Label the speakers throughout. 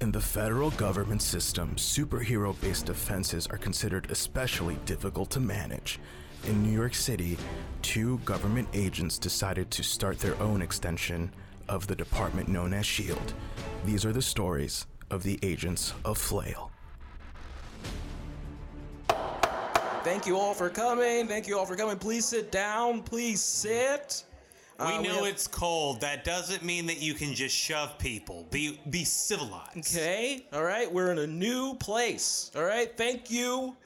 Speaker 1: In the federal government system, superhero based offenses are considered especially difficult to manage. In New York City, two government agents decided to start their own extension of the department known as SHIELD. E These are the stories of the agents of Flail.
Speaker 2: Thank you all for coming. Thank you all for coming. Please sit down. Please sit.
Speaker 3: We
Speaker 2: Uh,
Speaker 3: know
Speaker 2: have-
Speaker 3: it's cold. That doesn't mean that you can just shove people. Be be civilized.
Speaker 2: Okay. All right. We're in a new place. All right. Thank you,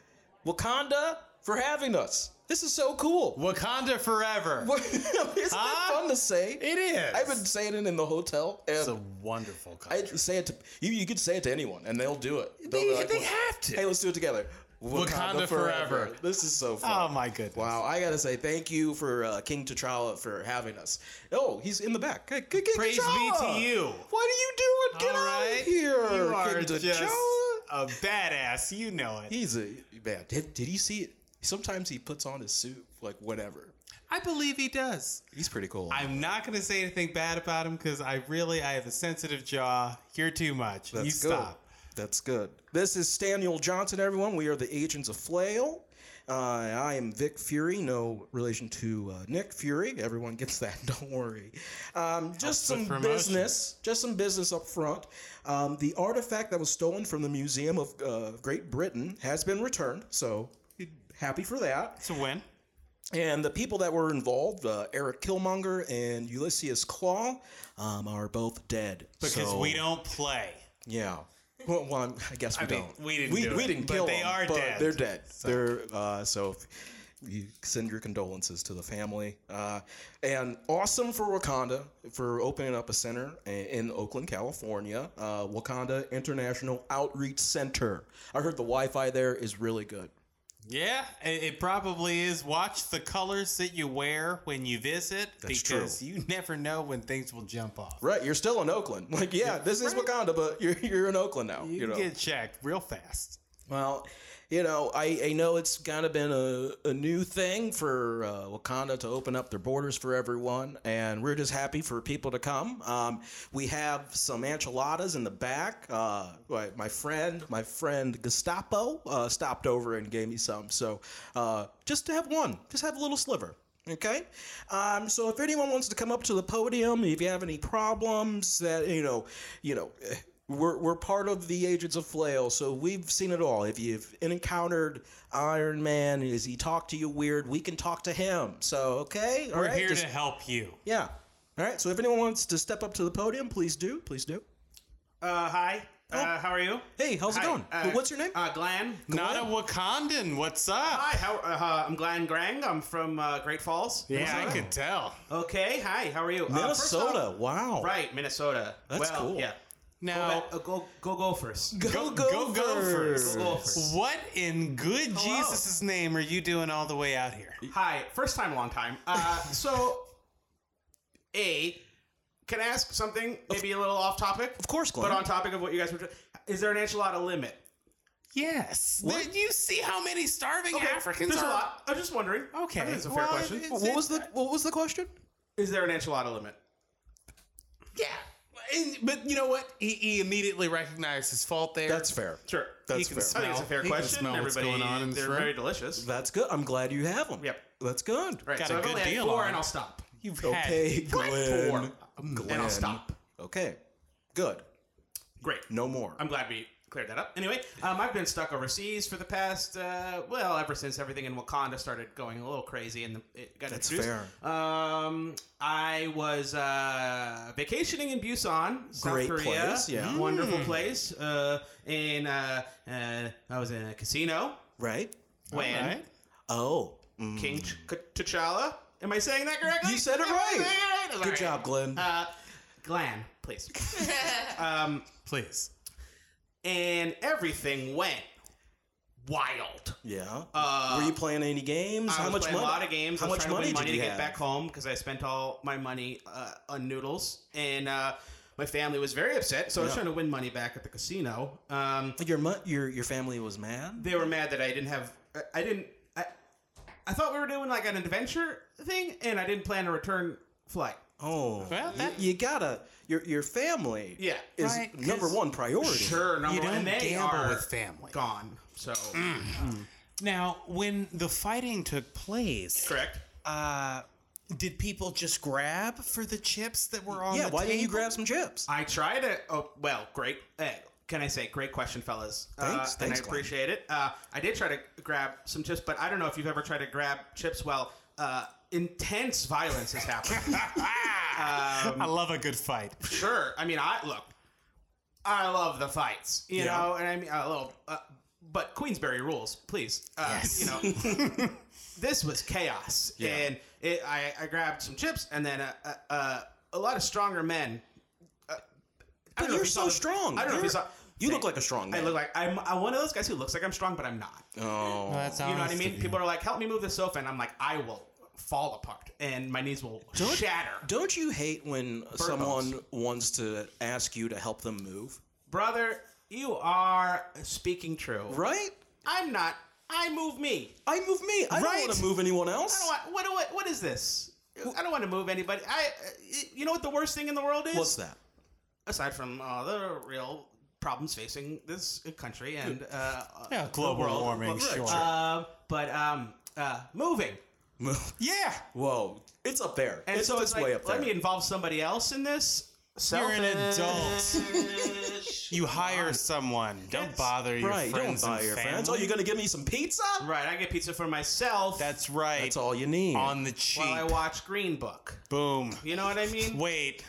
Speaker 2: Wakanda, for having us. This is so cool.
Speaker 4: Wakanda forever.
Speaker 2: Isn't that
Speaker 3: Huh?
Speaker 2: fun to say?
Speaker 4: It is.
Speaker 2: I've been saying it in the hotel,
Speaker 4: It's a
Speaker 2: and
Speaker 4: wonderful
Speaker 2: I
Speaker 4: country.
Speaker 2: say it to you. You could say it to anyone, and they'll do it. They'll be
Speaker 4: they
Speaker 2: like,
Speaker 4: they have to.
Speaker 2: Hey, let's do it together.
Speaker 4: Wakanda forever.
Speaker 2: This is so fun.
Speaker 4: oh my goodness.
Speaker 2: Wow, I gotta say thank you for uh, King T'Challa for having us. Oh, he's in the back. Hey, King
Speaker 3: Praise be
Speaker 2: T'Challa!
Speaker 3: to you.
Speaker 2: What are you doing? Get
Speaker 3: All
Speaker 2: out
Speaker 3: right.
Speaker 2: of here,
Speaker 3: You are
Speaker 2: King
Speaker 3: just
Speaker 2: T'Challa.
Speaker 3: a badass. You know it.
Speaker 2: He's a man. Did, did you see it? Sometimes he puts on his suit like whatever.
Speaker 3: I believe he does.
Speaker 2: He's pretty cool.
Speaker 3: I'm not going to say anything bad about him because I really I have a sensitive jaw. You're too much. you stop.
Speaker 2: That's good. This is Staniel Johnson, everyone. We are the Agents of Flail. Uh, I am Vic Fury, no relation to uh, Nick Fury. Everyone gets that. Don't worry. Um, just
Speaker 3: with
Speaker 2: some
Speaker 3: promotion.
Speaker 2: business. Just some business up front. Um, the artifact that was stolen from the Museum of uh, Great Britain has been returned. So happy for that.
Speaker 3: It's a win.
Speaker 2: And the people that were involved, uh, Eric Killmonger and Ulysses Claw, um, are both dead.
Speaker 3: Because
Speaker 2: So-
Speaker 3: we don't play.
Speaker 2: yeah. Well, well I'm- I guess we
Speaker 3: I mean,
Speaker 2: don't.
Speaker 3: we didn't
Speaker 2: We,
Speaker 3: do
Speaker 2: we
Speaker 3: it,
Speaker 2: didn't
Speaker 3: but
Speaker 2: kill
Speaker 3: they
Speaker 2: them,
Speaker 3: are
Speaker 2: but
Speaker 3: dead,
Speaker 2: They're dead.
Speaker 3: so.
Speaker 2: They're uh, so. If you send your condolences to the family. Uh, and awesome for Wakanda for opening up a center i- in Oakland, California. Uh, Wakanda International Outreach Center. I heard the Wi-Fi there is really good.
Speaker 3: Yeah, it, it probably is. Watch the colors that you wear when you visit
Speaker 2: That's
Speaker 3: because
Speaker 2: true.
Speaker 3: you never know when things will jump off.
Speaker 2: Right, you're still in Oakland. Like, yeah, this is Wakanda, but you're you're in Oakland now.
Speaker 3: You,
Speaker 2: you
Speaker 3: can
Speaker 2: know?
Speaker 3: get checked real fast.
Speaker 2: Well, you know, I, I know it's kind of been a, a new thing for uh, Wakanda to open up their borders for everyone, and we're just happy for people to come. Um, we have some enchiladas in the back. Uh, my, my friend, my friend Gestapo, uh, stopped over and gave me some. So uh, just to have one, just have a little sliver. Okay, um, so if anyone wants to come up to the podium, if you have any problems that you know, you know, eh, we're we're part of the Agents of Flail, so we've seen it all. If you've encountered Iron Man, is he talk to you weird? We can talk to him. So okay, all
Speaker 3: We're
Speaker 2: right,
Speaker 3: here
Speaker 2: just-
Speaker 3: to help you.
Speaker 2: yeah, all right. So if anyone wants to step up to the podium, please do, please do.
Speaker 4: Uh, hi. Uh, how are you?
Speaker 2: Oh. Hey, how's it
Speaker 4: Hi.
Speaker 2: going?
Speaker 4: Uh,
Speaker 2: What's your name?
Speaker 4: Uh, Glenn.
Speaker 3: Not a Wakandan. What's up?
Speaker 4: Hi. How, uh, I'm Glenn Grang. I'm from uh, Great Falls.
Speaker 3: Yeah, I
Speaker 2: What's up?
Speaker 3: could tell.
Speaker 4: Okay. Hi. How are you? Uh, first off-
Speaker 2: Minnesota. wow.
Speaker 4: right. Minnesota.
Speaker 2: That's
Speaker 4: well,
Speaker 2: cool.
Speaker 4: Yeah.
Speaker 3: Now,
Speaker 4: Go, back- uh, go go Gophers.
Speaker 2: Go
Speaker 3: go
Speaker 2: go
Speaker 3: Gophers.
Speaker 4: Go Gophers.
Speaker 3: what in good Jesus' name are you doing all the way out here?
Speaker 4: Hi. First time, long time. Uh, so, a. Can I ask something? Maybe a little off topic.
Speaker 2: Of course, Glenn.
Speaker 4: But on topic of what you guys were, is there an enchilada limit?
Speaker 3: Yes. Did you see how many starving Africans
Speaker 4: There's
Speaker 3: are?
Speaker 4: a lot. I'm just wondering.
Speaker 3: Okay.
Speaker 4: I think it's a fair
Speaker 3: Well,
Speaker 4: question.
Speaker 3: it's-
Speaker 2: What was the What was the question?
Speaker 4: Is there an enchilada limit?
Speaker 3: Yeah. And- but you know what? He, he immediately recognized his fault there.
Speaker 2: fair.
Speaker 4: Sure.
Speaker 3: He
Speaker 2: That's
Speaker 3: can
Speaker 2: fair.
Speaker 4: I think it's a fair
Speaker 3: He can
Speaker 4: question.
Speaker 3: smell what's
Speaker 4: Everybody,
Speaker 3: going on in this
Speaker 4: they're
Speaker 3: room.
Speaker 4: very delicious.
Speaker 2: That's good. I'm glad you have them.
Speaker 4: Yep.
Speaker 2: That's good.
Speaker 4: Right.
Speaker 3: Got
Speaker 4: so
Speaker 3: a
Speaker 4: I've
Speaker 3: good
Speaker 4: only had
Speaker 3: deal
Speaker 4: four,
Speaker 3: on
Speaker 4: and
Speaker 3: it.
Speaker 4: I'll stop.
Speaker 3: You've
Speaker 2: Okay,
Speaker 3: had
Speaker 2: Glenn.
Speaker 4: Four. And I'll stop.
Speaker 2: Okay. Good.
Speaker 4: Great.
Speaker 2: No more.
Speaker 4: I'm glad we cleared that up. Anyway, um, I've been stuck overseas for the past, uh, well, ever since everything in Wakanda started going a little crazy and the, it got
Speaker 2: That's
Speaker 4: introduced.
Speaker 2: fair.
Speaker 4: Um, I was uh, vacationing in Busan, South
Speaker 2: Great
Speaker 4: Korea. Mm.
Speaker 2: place, yeah.
Speaker 4: Wonderful place. Uh, and uh, uh, I was in a casino
Speaker 2: Right?
Speaker 4: when
Speaker 3: All right.
Speaker 2: Oh. Mm.
Speaker 4: King Ch- T'Challa. Am I saying that correctly?
Speaker 2: You said it
Speaker 4: Am I
Speaker 2: right.
Speaker 4: saying it right?
Speaker 2: Good
Speaker 4: All
Speaker 2: job, Glenn.
Speaker 4: Uh, Glenn, please. um,
Speaker 3: Please.
Speaker 4: and everything went wild.
Speaker 2: yeah.
Speaker 4: Uh,
Speaker 2: Were you playing any games?
Speaker 4: I
Speaker 2: How
Speaker 4: was
Speaker 2: much
Speaker 4: playing
Speaker 2: money?
Speaker 4: A lot of games.
Speaker 2: How
Speaker 4: I was
Speaker 2: much
Speaker 4: trying
Speaker 2: money
Speaker 4: to win
Speaker 2: did
Speaker 4: money
Speaker 2: you
Speaker 4: to
Speaker 2: have?
Speaker 4: get back home because I spent all my money uh, on noodles, and uh, my family was very upset. So I was trying to win money back at the casino. Um,
Speaker 2: Your mu- your your family was mad.
Speaker 4: they were mad that I didn't have. I- I didn't. I, I thought we were doing like an adventure thing, and I didn't plan a return flight.
Speaker 2: Oh,
Speaker 3: Well,
Speaker 2: you-
Speaker 3: that-
Speaker 2: you, gotta your your family
Speaker 4: Yeah,
Speaker 2: is
Speaker 3: right, 'cause-
Speaker 2: number one priority.
Speaker 4: Sure, number
Speaker 3: You
Speaker 4: one.
Speaker 3: don't
Speaker 4: and They
Speaker 3: gamble
Speaker 4: are
Speaker 3: with family.
Speaker 4: gone. So
Speaker 3: Now, when the fighting took place,
Speaker 4: correct.
Speaker 3: uh, did people just grab for the chips that were on
Speaker 2: Yeah,
Speaker 3: the
Speaker 2: why didn't you
Speaker 3: table?
Speaker 2: grab some chips?
Speaker 4: I try to. Oh well, great. eh, can I say great question, fellas?
Speaker 2: Thanks,
Speaker 4: uh,
Speaker 2: thanks,
Speaker 4: and I
Speaker 2: Glenn.
Speaker 4: appreciate it. Uh, I did try to grab some chips, but I don't know if you've ever tried to grab chips while uh, intense violence has happened.
Speaker 3: I love a good fight.
Speaker 4: sure. I mean, I look. I love the fights, you
Speaker 2: Yeah.
Speaker 4: know, and I mean a little. Uh, but Queensberry rules, please. Uh, You know, this was chaos, and it, I, I grabbed some chips, and then a, a, a, a lot of stronger men. Uh, I don't
Speaker 2: But
Speaker 4: know if
Speaker 2: you're
Speaker 4: you saw
Speaker 2: so
Speaker 4: the-
Speaker 2: strong.
Speaker 4: I don't know if you
Speaker 2: You're-
Speaker 4: saw.
Speaker 2: you look like a strong man.
Speaker 4: I look like I'm, I'm one of those guys who looks like I'm strong, but I'm not.
Speaker 2: oh,
Speaker 3: that's
Speaker 4: You know what I mean? People are like, "Help me move this sofa," and I'm like, "I will fall apart, and my knees will shatter."
Speaker 2: Don't you hate when someone wants to ask you to help them move?
Speaker 4: Brother, you are speaking true.
Speaker 2: Right?
Speaker 4: I'm not. I move me.
Speaker 2: I move me. I
Speaker 4: Right?
Speaker 2: don't want to move anyone else.
Speaker 4: I don't want, what, do I- what is this? I don't want to move anybody. I, you know what the worst thing in the world is?
Speaker 2: What's that?
Speaker 4: Aside from all the real problems facing this country and uh,
Speaker 3: Yeah, global
Speaker 4: the world,
Speaker 3: warming,
Speaker 4: Well, right.
Speaker 3: sure.
Speaker 4: Uh, but um, uh, moving.
Speaker 3: yeah,
Speaker 2: Whoa, it's up there.
Speaker 4: And
Speaker 2: it's
Speaker 4: so
Speaker 2: it's
Speaker 4: it's like,
Speaker 2: way up there.
Speaker 4: let me involve somebody else in this.
Speaker 3: You're an
Speaker 4: Selfish.
Speaker 3: you hire someone. Don't
Speaker 4: That's
Speaker 3: bother your
Speaker 2: right,
Speaker 3: friends
Speaker 2: don't buy
Speaker 3: and
Speaker 2: your
Speaker 3: family.
Speaker 2: friends. Oh, you're gonna give me some pizza?
Speaker 4: right, I get pizza for myself
Speaker 3: That's right.
Speaker 2: That's all you need.
Speaker 3: on the cheap.
Speaker 4: while I watch Green Book.
Speaker 3: Boom.
Speaker 4: You know what I mean?
Speaker 3: Wait.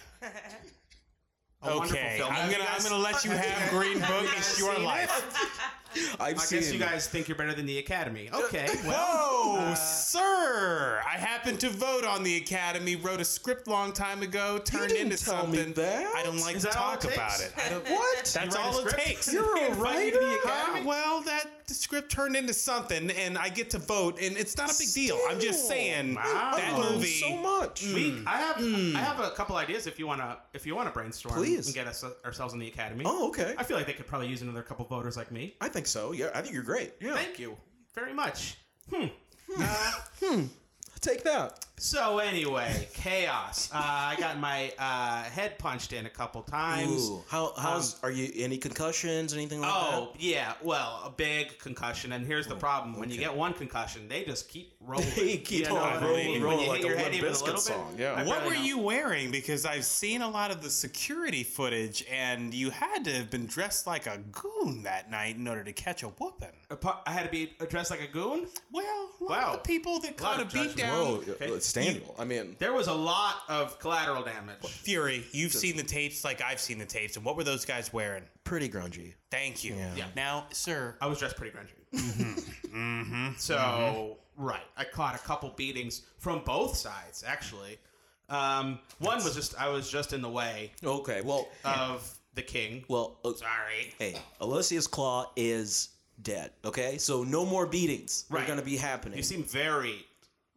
Speaker 4: wonderful
Speaker 3: okay,
Speaker 4: film.
Speaker 3: I'm
Speaker 4: Have you
Speaker 3: gonna I'm
Speaker 4: guys-
Speaker 3: gonna let you
Speaker 4: have you
Speaker 3: have
Speaker 4: guys-
Speaker 3: Green
Speaker 4: have you
Speaker 3: Book.
Speaker 4: guys
Speaker 3: It's your
Speaker 4: seen
Speaker 3: life.
Speaker 2: I've
Speaker 4: I
Speaker 2: seen.
Speaker 4: guess you guys think you're better than the Academy. Okay. Well,
Speaker 3: Whoa, Oh, sir! I happened to vote on the Academy. Wrote a script long time ago. Turned
Speaker 2: didn't
Speaker 3: into
Speaker 2: tell me
Speaker 3: something.
Speaker 2: that.
Speaker 3: I don't like
Speaker 4: Is
Speaker 3: to
Speaker 4: that all it
Speaker 3: talk about it.
Speaker 4: takes?
Speaker 3: I don't.
Speaker 2: what?
Speaker 3: That's
Speaker 4: write a
Speaker 3: all it
Speaker 4: script?
Speaker 3: takes.
Speaker 2: You're a
Speaker 4: Invite you to the
Speaker 2: writer?
Speaker 4: Academy?
Speaker 3: Uh, well, that the script turned into something, and I get to vote, and it's not a big deal. I'm just
Speaker 2: Still.
Speaker 3: saying
Speaker 4: Wow.
Speaker 3: that
Speaker 4: I learned
Speaker 3: movie.
Speaker 2: so much.
Speaker 4: we, I have I have a couple ideas if you wanna if you wanna brainstorm
Speaker 2: Hmm. Please.
Speaker 4: and get us ourselves in the Academy.
Speaker 2: Oh, okay.
Speaker 4: I feel like they could probably use another couple voters like me.
Speaker 2: I think so. Yeah, I think you're great. Yeah,
Speaker 4: Thank you very much.
Speaker 2: take that.
Speaker 4: So anyway, chaos. Uh, I got my uh, head punched in a couple times. um,
Speaker 2: Ooh, how how's are you? Any concussions? Anything like
Speaker 4: Oh yeah, well, a big concussion, and here's the problem: when you get one concussion, they that? They just keep rolling.
Speaker 2: Oh, They keep
Speaker 4: you know
Speaker 2: on
Speaker 4: what I
Speaker 3: rolling,
Speaker 4: mean? When
Speaker 2: rolling
Speaker 4: you hit
Speaker 2: like a
Speaker 4: your
Speaker 2: Limp
Speaker 4: head even a
Speaker 2: Bizkit
Speaker 4: little bit,
Speaker 2: song, yeah.
Speaker 4: I
Speaker 3: What
Speaker 4: really
Speaker 3: were
Speaker 4: don't-
Speaker 3: you wearing? Because I've seen a lot of the security footage, and you had to have been dressed like a goon that night in order to catch a whooping.
Speaker 4: A pu- I had to be dressed like a goon.
Speaker 3: Well, a lot
Speaker 4: Wow.
Speaker 3: of the people that
Speaker 4: lot
Speaker 3: caught a
Speaker 4: of judgment.
Speaker 3: beat down.
Speaker 2: Whoa,
Speaker 4: okay.
Speaker 2: it's Daniel. I mean,
Speaker 4: There was a lot of collateral damage.
Speaker 3: Fury, you've seen the tapes like I've seen the tapes, and what were those guys wearing?
Speaker 2: pretty grungy.
Speaker 3: Thank you.
Speaker 4: Yeah.
Speaker 3: Now, sir,
Speaker 4: I was dressed pretty grungy. So right, I caught a couple beatings from both sides actually. Um, one was just I was just in the way
Speaker 2: Okay, well,
Speaker 4: of the king.
Speaker 2: well, uh,
Speaker 4: Sorry.
Speaker 2: hey, Alicia's claw is dead. Okay, so no more beatings are
Speaker 4: Right.
Speaker 2: going to be happening.
Speaker 4: You seem very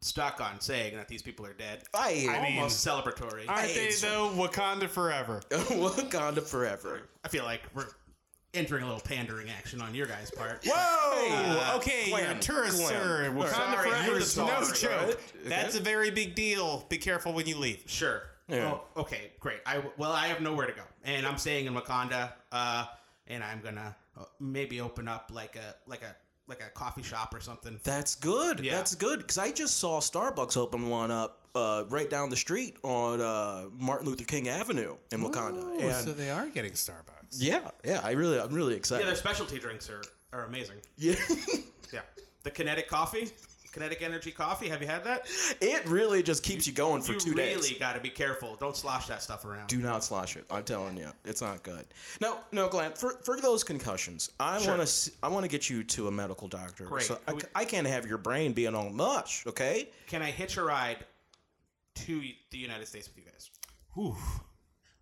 Speaker 4: stuck on saying that these people are dead.
Speaker 2: I,
Speaker 3: mean-
Speaker 4: Almost celebratory. I,
Speaker 3: aren't they
Speaker 2: AIDS.
Speaker 3: though Wakanda forever?
Speaker 2: Wakanda forever.
Speaker 4: feel like we're entering a little pandering action on your guys' part.
Speaker 2: Oh!
Speaker 3: Whoa! okay, you're a
Speaker 2: Glenn,
Speaker 3: tourist,
Speaker 2: Glenn.
Speaker 3: sir. Wakanda
Speaker 4: Uh, Sorry,
Speaker 3: forever
Speaker 4: you're
Speaker 3: is
Speaker 4: the
Speaker 3: no
Speaker 4: boss,
Speaker 3: joke.
Speaker 4: right?
Speaker 3: That's a very big deal. Be careful when you leave.
Speaker 4: Sure.
Speaker 2: Yeah.
Speaker 4: Oh, okay, great. I well, I have nowhere to go, and I'm staying in Wakanda, uh, and I'm gonna uh, maybe open up like a like a like a coffee shop or something.
Speaker 2: That's good.
Speaker 4: Yeah.
Speaker 2: That's good because I just saw Starbucks open one up uh, right down the street on uh, Martin Luther King Avenue in Wakanda. and
Speaker 3: they are getting Starbucks.
Speaker 2: yeah, yeah, I really, I'm really
Speaker 4: Yeah,
Speaker 2: excited.
Speaker 4: their specialty drinks are are amazing.
Speaker 2: Yeah,
Speaker 4: Yeah, the Kinetic Coffee, Kinetic Energy Coffee. Have you had that?
Speaker 2: it really just keeps you going for
Speaker 4: you
Speaker 2: two
Speaker 4: really
Speaker 2: days.
Speaker 4: got to be careful. Don't slosh that stuff around.
Speaker 2: Do not slosh it. I'm telling you, it's not good. No, no, Glenn. For, for those concussions, I want to I want to get you to a medical doctor.
Speaker 4: Great.
Speaker 2: So I,
Speaker 4: We-
Speaker 2: ca- I can't have your brain being all mush. Okay.
Speaker 4: Can I hitch a ride to the United States with you guys?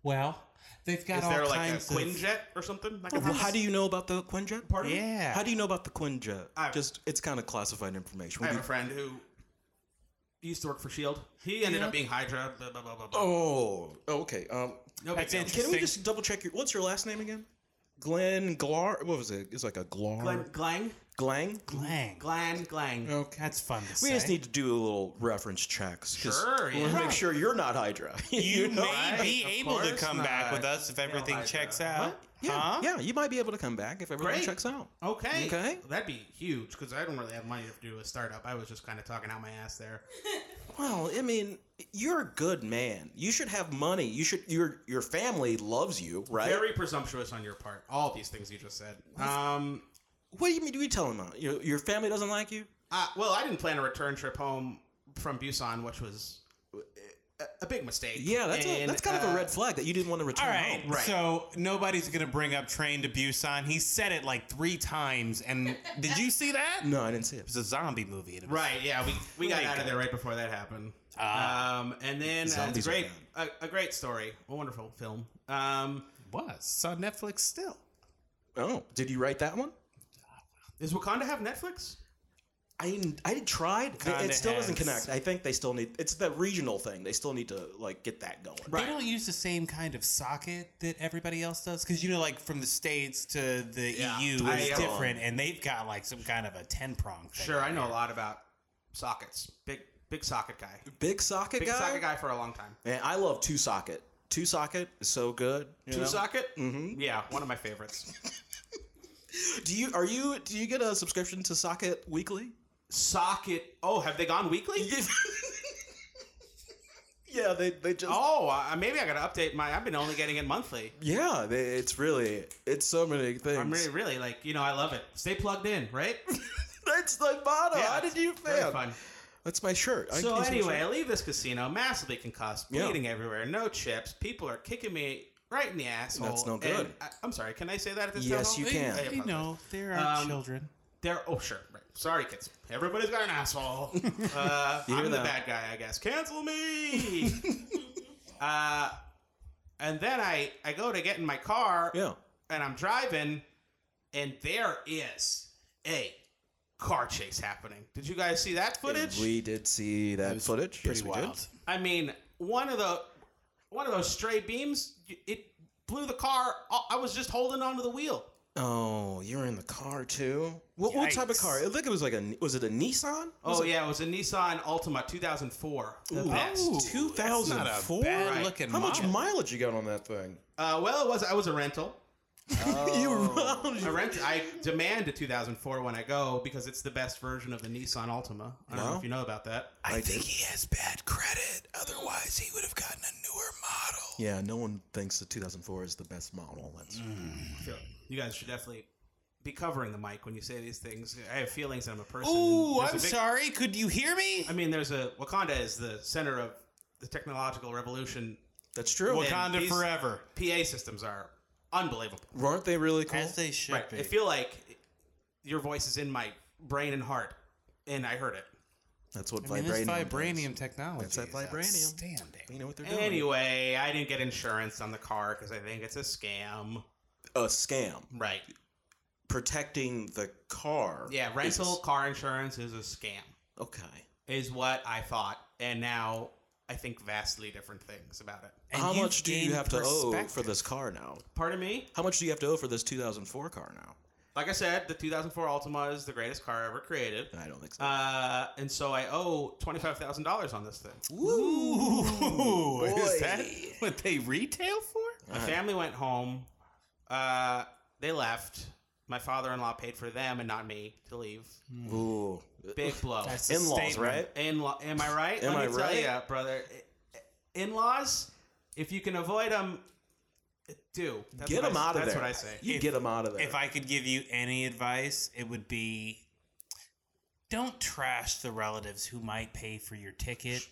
Speaker 3: Well, they've got
Speaker 4: Is
Speaker 3: all
Speaker 4: there like a
Speaker 3: kinds of.
Speaker 4: Quinjet or something? Like a
Speaker 2: Well, how do you know about the Quinjet? Pardon?
Speaker 3: Yeah.
Speaker 2: How do you know about the Quinjet?
Speaker 4: I-
Speaker 2: Just it's kind of classified information.
Speaker 4: I
Speaker 2: We'll
Speaker 4: have
Speaker 2: be
Speaker 4: a friend who used to work for Shield. E He ended up being Hydra. Blah, blah, blah, blah, blah.
Speaker 2: Oh, okay. Um,
Speaker 4: no big
Speaker 3: That's
Speaker 4: deal.
Speaker 3: interesting.
Speaker 2: can we just double check your? What's your last name again? Glenn Glar. What was it? It's like a Glar.
Speaker 4: Glen, Glang,
Speaker 2: Glang.
Speaker 3: Glang.
Speaker 4: Glan, Glang.
Speaker 2: Okay.
Speaker 3: That's fun to
Speaker 2: We
Speaker 3: say.
Speaker 2: just need to do a little reference checks. 'cause
Speaker 4: Sure,
Speaker 2: we wanna
Speaker 4: yeah.
Speaker 2: Make sure you're not Hydra.
Speaker 3: You,
Speaker 2: know?
Speaker 3: may
Speaker 4: right?
Speaker 3: be
Speaker 4: Of
Speaker 3: able to
Speaker 4: course
Speaker 3: come back
Speaker 4: not.
Speaker 3: with us if everything
Speaker 4: like
Speaker 3: checks
Speaker 4: that.
Speaker 3: out.
Speaker 2: Yeah,
Speaker 3: Huh?
Speaker 2: yeah, you might be able to come back if everything
Speaker 4: Great.
Speaker 2: checks out.
Speaker 4: Uh, Okay.
Speaker 2: Okay.
Speaker 4: That'd be huge because I don't really have money to do a startup. I was just kind of talking out my ass there.
Speaker 2: Well, I mean, you're a good man. You should have money. You should your your family loves you, right?
Speaker 4: Very presumptuous on your part. All these things you just said. Um,
Speaker 2: What do you mean? Do you tell them that your your family doesn't like you?
Speaker 4: uh, well, I didn't plan a return trip home from Busan, which was uh, a big mistake.
Speaker 2: Yeah, that's a,
Speaker 4: And,
Speaker 2: that's kind of a
Speaker 4: uh,
Speaker 2: red flag that you didn't want to return.
Speaker 3: All right,
Speaker 2: home.
Speaker 3: So nobody's gonna bring up train to Busan. He said it like three times, and did you see that? It
Speaker 2: No, I didn't see it.
Speaker 3: was a zombie movie. and it was-
Speaker 4: Right. Yeah, we, we
Speaker 2: Oh
Speaker 4: got
Speaker 3: Like-
Speaker 4: out of there right before that happened.
Speaker 3: Ah.
Speaker 4: um, and then uh, it's a
Speaker 2: Zombies are
Speaker 4: great a, a great story, a wonderful film. Um,
Speaker 3: Was it's on Netflix still?
Speaker 2: Oh, did you write that one?
Speaker 4: does Wakanda have Netflix?
Speaker 2: I didn't- I tried. It-
Speaker 3: Kinda
Speaker 2: it still doesn't
Speaker 3: has.
Speaker 2: connect. I think they still need. It's the regional thing. They still need to like get that going.
Speaker 4: Right.
Speaker 3: They don't use the same kind of socket that everybody else does, because you know, like from the states to the
Speaker 4: Yeah.
Speaker 3: EU
Speaker 4: I,
Speaker 3: is
Speaker 4: um,
Speaker 3: different, and they've got like some kind of a ten prong. Thing.
Speaker 4: Sure, I know a lot about sockets. Big big socket guy.
Speaker 2: Big socket
Speaker 4: Big
Speaker 2: guy.
Speaker 4: socket guy for a long time.
Speaker 2: Man, I love two socket. Two socket is so good. you
Speaker 4: Two
Speaker 2: know?
Speaker 4: socket? Mm-hmm. Yeah, one of my favorites.
Speaker 2: Do you are you do you get a subscription to Socket Weekly?
Speaker 4: socket. Oh, have they gone weekly?
Speaker 2: yeah, they they just
Speaker 4: Oh, uh, maybe I gotta update my. I've been only getting it monthly.
Speaker 2: yeah. They, it's really it's so many things.
Speaker 4: I'm really, really like you know. I love it. Stay plugged in, right?
Speaker 2: That's the motto.
Speaker 4: Yeah,
Speaker 2: How did you
Speaker 4: it's very
Speaker 2: fail?
Speaker 4: fun.
Speaker 2: That's my shirt. I
Speaker 4: So
Speaker 2: can use my
Speaker 4: anyway, I
Speaker 2: shirt.
Speaker 4: leave this casino massively concussed,
Speaker 2: Yeah.
Speaker 4: bleeding everywhere, no chips. People are kicking me right in the asshole.
Speaker 2: That's no
Speaker 4: and
Speaker 2: good.
Speaker 4: I, I'm sorry. Can I say that at this
Speaker 2: Yes, you
Speaker 4: time?
Speaker 3: They-
Speaker 2: can.
Speaker 3: they
Speaker 4: Yeah,
Speaker 3: know, there are
Speaker 4: Um,
Speaker 3: children.
Speaker 4: They're oh sure. Right. Sorry, kids. Everybody's got an asshole. Uh,
Speaker 2: hear
Speaker 4: I'm the
Speaker 2: that?
Speaker 4: bad guy, I guess. Cancel me. uh, and then I I go to get in my car.
Speaker 2: yeah.
Speaker 4: and I'm driving, and there is a car chase happening. Did you guys see that footage?
Speaker 2: We did see that footage.
Speaker 3: Pretty
Speaker 2: Yes, we did.
Speaker 3: wild.
Speaker 4: I mean, one of the one of those stray beams, it blew the car. uh, I was just holding onto the wheel.
Speaker 2: Oh, you're in the car too. What, what type of
Speaker 3: Yikes.
Speaker 2: car? I think it was like a was it a Nissan?
Speaker 4: Oh yeah, it was a Nissan Altima 2004. The best.
Speaker 3: Ooh,
Speaker 2: Two
Speaker 3: that's
Speaker 2: thousand
Speaker 3: not a
Speaker 2: four.
Speaker 3: bad
Speaker 4: Right.
Speaker 3: looking
Speaker 2: How much
Speaker 3: model.
Speaker 2: mileage you got on that thing?
Speaker 4: Uh, well, it was. I was a rental.
Speaker 2: you round.
Speaker 4: A rent. I demand a 2004 when I go because it's the best version of the Nissan Altima. I don't know if you know about that.
Speaker 2: I
Speaker 3: think he has bad credit. Otherwise, he would have gotten a newer model.
Speaker 2: Yeah, no one thinks the 2004 is the best model. That's
Speaker 3: Mm.
Speaker 4: feel- you guys should definitely be covering the mic when you say these things. I have feelings. and I'm a person.
Speaker 3: Ooh,
Speaker 4: There's
Speaker 3: I'm
Speaker 4: a big-
Speaker 3: sorry. Could you hear me?
Speaker 4: I mean, there's a Wakanda is the center of the technological revolution.
Speaker 2: that's true.
Speaker 3: Wakanda
Speaker 4: these-
Speaker 3: forever.
Speaker 4: PA systems are unbelievable.
Speaker 2: Weren't they really cool?
Speaker 3: As they should
Speaker 4: Right.
Speaker 3: be.
Speaker 4: I feel like your voice is in my brain and heart, and I heard it.
Speaker 2: That's what
Speaker 3: I mean,
Speaker 2: vibranium.
Speaker 3: this vibranium
Speaker 2: does.
Speaker 3: technology.
Speaker 2: That's that
Speaker 3: is
Speaker 2: vibranium.
Speaker 3: outstanding.
Speaker 2: You know what they're doing?
Speaker 4: Anyway, I didn't get insurance on the car because I think it's a scam.
Speaker 2: a scam
Speaker 4: Right.
Speaker 2: protecting the car.
Speaker 4: Yeah, rental car insurance is a scam,
Speaker 2: is- okay.
Speaker 4: is what I thought, and now I think vastly different things about it.
Speaker 3: And
Speaker 2: How
Speaker 3: you've
Speaker 2: much do you
Speaker 3: gained
Speaker 2: have to owe for
Speaker 3: perspective.
Speaker 2: this car now?
Speaker 4: Pardon me.
Speaker 2: How much do you have to owe for this 2004 car now?
Speaker 4: like I said, the 2004 Altima is the greatest car ever created.
Speaker 2: I don't think so.
Speaker 4: Uh, and so I owe $25,000 on this thing.
Speaker 3: Ooh,
Speaker 2: boy.
Speaker 3: is that what they retail for?
Speaker 4: My family went home. Uh, they left. My father in law paid for them and not me to leave.
Speaker 2: Ooh.
Speaker 4: Big blow.
Speaker 3: That's Mm. a
Speaker 2: In-laws,
Speaker 3: statement.
Speaker 2: right?
Speaker 4: In law, am I right?
Speaker 2: Am
Speaker 4: Let
Speaker 2: I
Speaker 4: me
Speaker 2: right?
Speaker 4: tell you, brother. In laws, if you can avoid them, do. That's
Speaker 2: Get
Speaker 4: what
Speaker 2: them
Speaker 4: I-
Speaker 2: out of
Speaker 4: That's
Speaker 2: there.
Speaker 4: what I say.
Speaker 2: You
Speaker 3: If-
Speaker 2: get them out of there.
Speaker 3: If I could give you any advice, it would be don't trash the relatives who might pay for your ticket.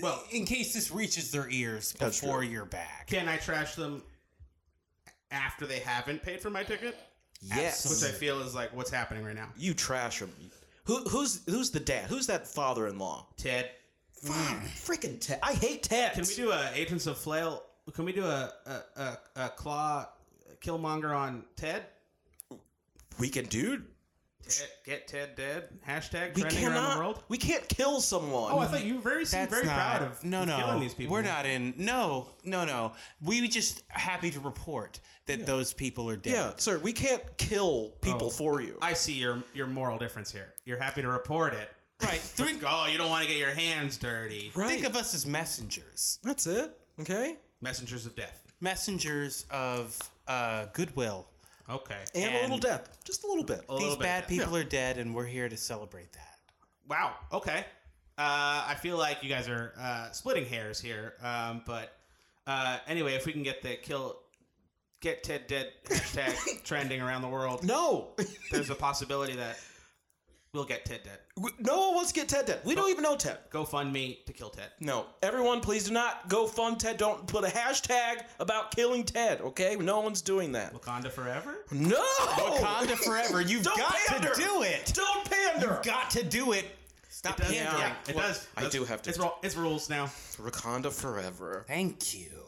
Speaker 3: Well, in case this reaches their ears
Speaker 2: That's
Speaker 3: before
Speaker 2: true.
Speaker 3: you're back.
Speaker 4: Can I trash them after they haven't paid for my ticket?
Speaker 2: yes.
Speaker 4: Which I feel is like what's happening right now.
Speaker 2: you trash him. Who, who's who's the dad? Who's that father-in-law?
Speaker 4: Ted,
Speaker 2: Mm. Freaking Ted. I hate Ted.
Speaker 4: Can we do a Agents of Flail? Can we do a a, a, a claw Killmonger on Ted?
Speaker 2: We can do
Speaker 4: Ted, get Ted dead. Hashtag
Speaker 2: We
Speaker 4: trending around the
Speaker 2: cannot.
Speaker 4: world.
Speaker 2: We can't kill someone.
Speaker 4: Oh, I thought you were very seemed
Speaker 3: That's
Speaker 4: very
Speaker 3: not,
Speaker 4: proud of
Speaker 3: no, no.
Speaker 4: killing these people.
Speaker 3: We're not in. No, no, no. We just happy to report that those people are dead.
Speaker 2: yeah, sir. We can't kill people
Speaker 4: Oh.
Speaker 2: for you.
Speaker 4: I see your your moral difference here. You're happy to report it.
Speaker 3: Right. Think,
Speaker 4: Oh, you don't want to get your hands dirty.
Speaker 2: right.
Speaker 3: think of us as messengers,
Speaker 2: That's it. Okay.
Speaker 4: Messengers of death.
Speaker 3: messengers of uh, goodwill.
Speaker 4: Okay.
Speaker 2: And, a little
Speaker 3: And-
Speaker 2: death, just a little bit.
Speaker 4: A little
Speaker 3: These
Speaker 4: bit
Speaker 3: bad
Speaker 4: of death.
Speaker 3: people are dead, and we're here to celebrate that.
Speaker 4: Wow. Okay. Uh, I feel like you guys are uh, splitting hairs here. Um, but uh, anyway, if we can get the kill, get Ted dead hashtag trending around the world,
Speaker 2: No,
Speaker 4: there's a possibility that we'll get Ted dead.
Speaker 2: We- no one wants to get Ted dead. We
Speaker 4: Oh.
Speaker 2: don't even know Ted.
Speaker 4: GoFundMe to kill Ted.
Speaker 2: No, everyone, please do not go fund Ted. Don't put a hashtag about killing Ted. Okay, no one's doing that.
Speaker 4: Wakanda forever.
Speaker 2: No,
Speaker 3: Wakanda forever. You've
Speaker 2: Don't
Speaker 3: got
Speaker 2: pander.
Speaker 3: to do it.
Speaker 2: don't pander.
Speaker 3: Got to do it. Stop
Speaker 4: It does.
Speaker 3: pandering.
Speaker 4: Yeah, it
Speaker 2: Well,
Speaker 4: does.
Speaker 2: I do have to-
Speaker 4: It's, ru- it's rules now.
Speaker 2: Wakanda forever.
Speaker 3: Thank you.